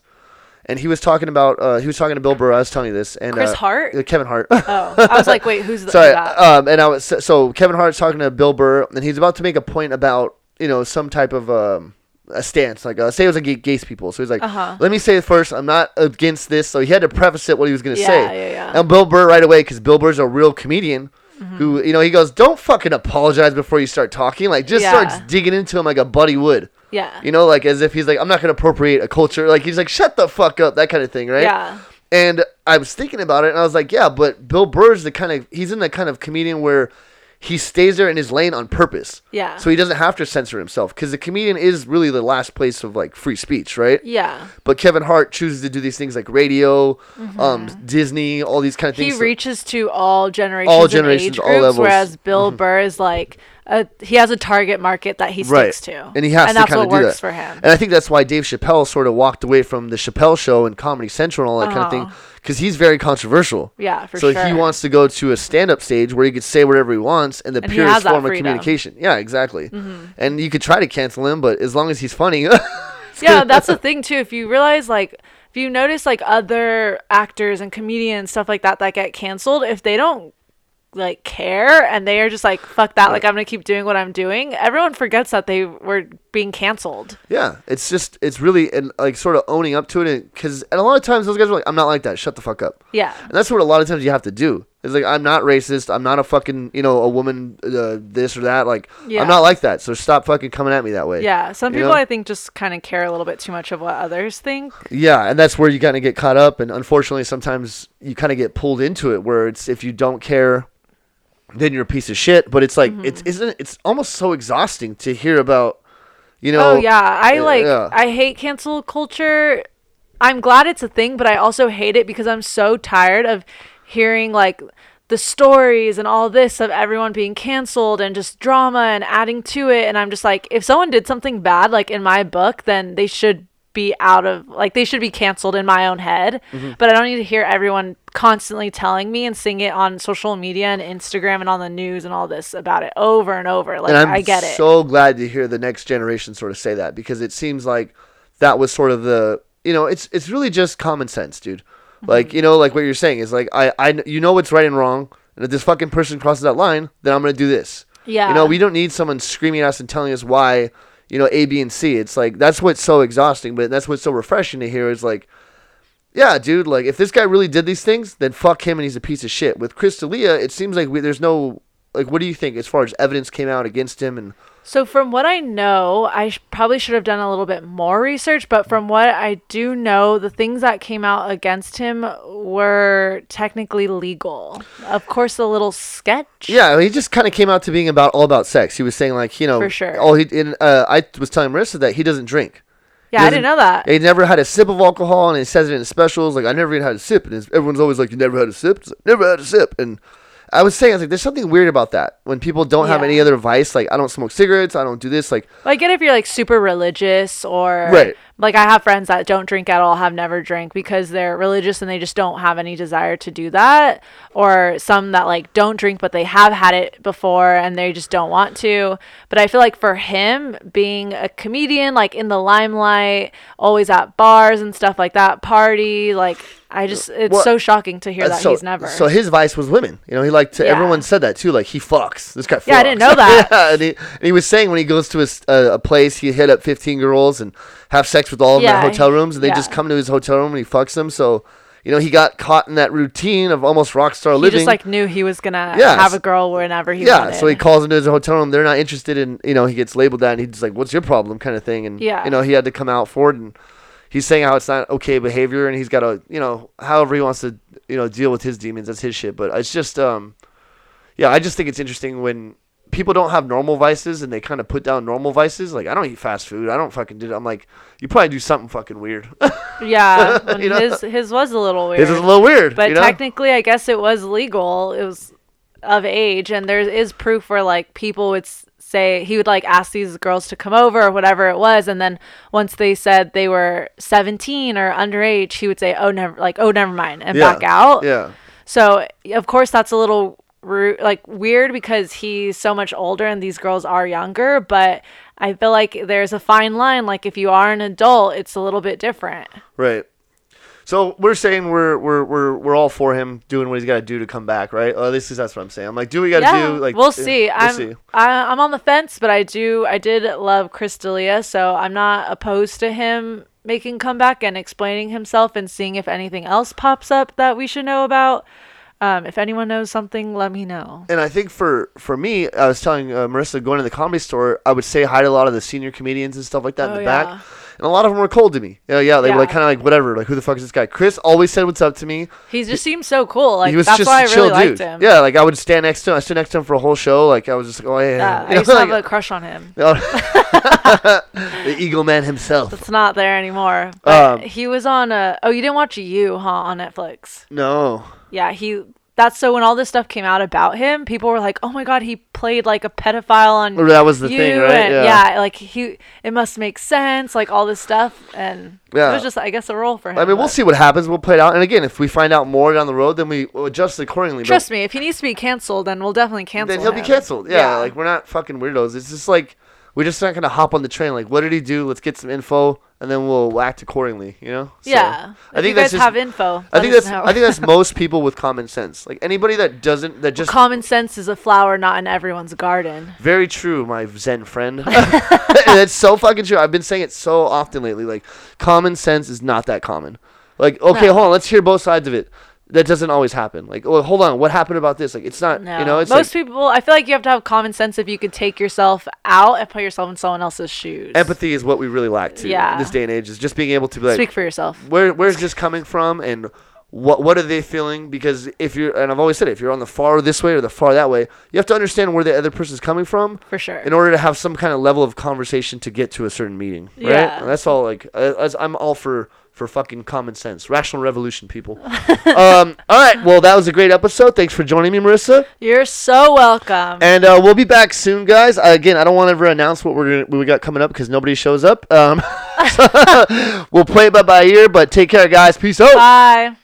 and he was talking about uh he was talking to Bill Burr. I was telling you this, and
Chris
uh,
Hart?
uh, Kevin Hart. <laughs>
Oh, I was like, wait, who's the,
Sorry,
that?
um, and I was so- so Kevin Hart's talking to Bill Burr, and he's about to make a point about you know some type of um, a stance, like uh, say it was against gay people. So he's like,
Uh-huh.
"Let me say it first. I'm not against this." So he had to preface it what he was going to
Yeah,
say.
yeah, Mm-hmm. yeah.
And Bill Burr right away, because Bill Burr's a real comedian, who you know he goes, "Don't fucking apologize before you start talking." Like just
Yeah.
starts digging into him like a buddy would.
yeah.
You know, like as if he's like, "I'm not going to appropriate a culture." Like he's like, "Shut the fuck up," that kind of thing, right?
Yeah.
And I was thinking about it, and I was like, yeah, but Bill Burr's the kind of he's in the kind of comedian where he stays there in his lane on purpose.
Yeah.
So he doesn't have to censor himself because the comedian is really the last place of like free speech, right?
Yeah.
But Kevin Hart chooses to do these things like radio, um, Disney, all these kind of
Mm-hmm. He
things. So-
reaches to all generations,
All
and
generations,
age
all
groups,
levels. Mm-hmm.
whereas Bill Burr is like a, he has a target market that he sticks
right.
to,
And he has
and
to
that's
kind
what
of do
works
that.
for him.
And I think that's why Dave Chappelle sort of walked away from the Chappelle show and Comedy Central and all that kind of
Uh-huh.
thing because he's very controversial.
Yeah, for
so
sure.
he wants to go to a stand-up stage where he could say whatever he wants in the
And he
purest
has that
form of
freedom. Mm-hmm.
communication. Yeah, exactly. And you could try to cancel him, but as long as he's funny, <laughs>
yeah, that's the thing too. If you realize, like, if you notice, like, other actors and comedians stuff like that that get canceled, if they don't like care and they are just like fuck that, like I'm gonna keep doing what I'm doing, everyone forgets that they were being canceled.
yeah, it's just it's really and like sort of owning up to it because and a lot of times those guys are like, I'm not like that. Shut the fuck up.
Yeah.
And that's what a lot of times you have to do. It's like I'm not racist. I'm not a fucking you know a woman uh, this or that. Like
Yeah.
I'm not like that. So stop fucking coming at me that way.
Yeah, some
You
people
know?
I think just kind of care a little bit too much of what others think.
Yeah, and that's where you kind of get caught up, and unfortunately, sometimes you kind of get pulled into it. Where it's if you don't care, then you're a piece of shit. But it's like
Mm-hmm.
it's isn't it's almost so exhausting to hear about, you know.
Oh yeah, I
Yeah,
like
yeah.
I hate cancel culture. I'm glad it's a thing, but I also hate it because I'm so tired of hearing like the stories and all this of everyone being canceled and just drama and adding to it and I'm just like if someone did something bad like in my book then they should be out of like they should be canceled in my own head
Mm-hmm.
but I don't need to hear everyone constantly telling me and seeing it on social media and Instagram and on the news and all this about it over and over like
And I'm
I get it
so glad to hear the next generation sort of say that because it seems like that was sort of the you know it's it's really just common sense, dude. Like you know like what you're saying is like I I kn- you know what's right and wrong, and if this fucking person crosses that line, then I'm gonna do this.
Yeah.
You know we don't need someone screaming at us and telling us why you know A B and C. It's like that's what's so exhausting, but that's what's so refreshing to hear is like. Yeah, dude. Like, if this guy really did these things, then fuck him, and he's a piece of shit. With Chris D'Elia, it seems like we, there's no like. What do you think as far as evidence came out against him? And
So, from what I know, I sh- probably should have done a little bit more research, but from what I do know, the things that came out against him were technically legal. Of course, a little sketch.
Yeah, he just kind of came out to being about all about sex. He was saying like, you know,
For sure.
All he and, uh, I was telling Marissa that he doesn't drink.
Yeah, I didn't know that.
He never had a sip of alcohol, and he says it in his specials. Like, I never even had a sip, and his, everyone's always like, "You never had a sip? It's like, never had a sip." And I was saying, I was like, "There's something weird about that when people don't have
Yeah.
any other vice. Like, I don't smoke cigarettes. I don't do this. Like,
Well, I get if you're like super religious or
Right.
Like I have friends that don't drink at all, have never drank because they're religious and they just don't have any desire to do that. Or some that like don't drink but they have had it before and they just don't want to. But I feel like for him being a comedian, like in the limelight, always at bars and stuff like that, party, like I just it's
Well,
so shocking to hear
Uh,
that
so,
he's never.
So his vice was women. You know, he liked to,
Yeah.
everyone said that too. Like he fucks. This guy fucks.
Yeah, I didn't know that.
<laughs> yeah, and he, and he was saying when he goes to his, uh, a place, he hit up 15 girls and have sex with all of
Yeah,
their hotel rooms. And they
yeah.
just come to his hotel room and he fucks them. So, you know, he got caught in that routine of almost rock star
he
living.
just like knew he was gonna
Yeah,
have
so-
a girl whenever he
yeah,
wanted.
so he calls into his hotel room. They're not interested in, you know, he gets labeled that, and he's just like, "What's your problem?" kind of thing, and
Yeah.
you know, he had to come out for it, and he's saying how it's not okay behavior, and he's got to, you know, however he wants to, you know, deal with his demons. That's his shit. But it's just, um, yeah, I just think it's interesting when people don't have normal vices and they kind of put down normal vices. Like, I don't eat fast food. I don't fucking do. It. I'm like, you probably do something fucking weird. <laughs>
Yeah, when
You know?
his his was a little weird.
it's a little weird,
but
you know?
technically, I guess it was legal. It was of age, and there is proof where like people would s- say he would like ask these girls to come over or whatever it was, and then once they said they were seventeen or underage, he would say, "Oh, never," like, "Oh, never mind," and
Yeah,
back out.
Yeah.
So of course that's a little ru- like weird because he's so much older and these girls are younger, but I feel like there's a fine line like if you are an adult, it's a little bit different.
Right. So we're saying we're we're we're we're all for him doing what he's got to do to come back, right? Or at least that's what I'm saying. I'm like, do what you got to
yeah,
do? Like,
we'll
eh,
see.
We'll
I'm
see.
I, I'm on the fence, but I do I did love Crystalia, so I'm not opposed to him making comeback and explaining himself and seeing if anything else pops up that we should know about. Um, if anyone knows something, let me know.
And I think for for me, I was telling uh, Marissa going to the comedy store, I would say hi to a lot of the senior comedians and stuff like that in
Oh,
the
yeah.
back, and a lot of them were cold to me. Yeah, yeah, they were like
Yeah.
kind of like whatever, like who the fuck is this guy? Chris always said what's up to me.
He just seems so cool. Like
he was
that's
just
why I
a
really
chill
liked
dude.
him.
Yeah, like I would stand next to him. I stood next to him for a whole show. Like I was just like, oh yeah,
Yeah,
<laughs> You
I
know,
used to have
like-
a crush on him.
the Eagle Man
<laughs>
himself.
It's not there anymore. But
Um,
he was on a. Oh, you didn't watch You, huh? On Netflix.
No,
Yeah, he. That's so when all this stuff came out about him, people were like, "Oh my god, he played like a pedophile on."
Or that was the
You,"
thing, right?
and-
Yeah.
yeah. like he. It must make sense, like all this stuff, and
Yeah.
it was just, I guess, a role for him.
I mean, we'll
but-
see what happens. We'll play it out. And again, if we find out more down the road, then we will adjust accordingly. but
Trust me, if he needs to be canceled, then we'll definitely cancel.
then he'll
him.
be canceled. Yeah, like we're not fucking weirdos. It's just like we're just not gonna hop on the train. Like, what did he do? Let's get some info, and then we'll act accordingly. You know? So, I
yeah. If
think
you guys
that's just.
have info.
I
let
think
us
that's.
know.
I think
<laughs>
that's most people with common sense. Like anybody that doesn't, that just
common sense is a flower not in everyone's garden.
Very true, my Zen
<laughs>
friend. <laughs> and it's so fucking true. I've been saying it so often lately. Like, common sense is not that common. Like, okay,
No.
hold on, let's hear both sides of it. That doesn't always happen. Like, oh, hold on, what happened about this? Like, it's not,
No.
you know, it's
most
like
people. I feel like you have to have common sense if you could take yourself out and put yourself in someone else's shoes.
empathy is what we really lack too
Yeah.
in this day and age. Is just being able to be like,
Speak for yourself.
where where's this coming from and what what are they feeling because if you're and I've always said it, if you're on the far this way or the far that way you have to understand where the other person's coming from
For sure.
in order to have some kind of level of conversation to get to a certain meeting right
Yeah.
that's all like I, I- I'm all for for fucking common sense rational revolution
<laughs>
people um all right well that was a great episode thanks for joining me Marissa
You're so welcome.
and uh, we'll be back soon, guys. Uh, again, I don't want to ever announce what we're gonna, what we got coming up because nobody <laughs>
<laughs>
shows up. Um, we'll play it by by ear, but take care, guys. Peace out.
Bye.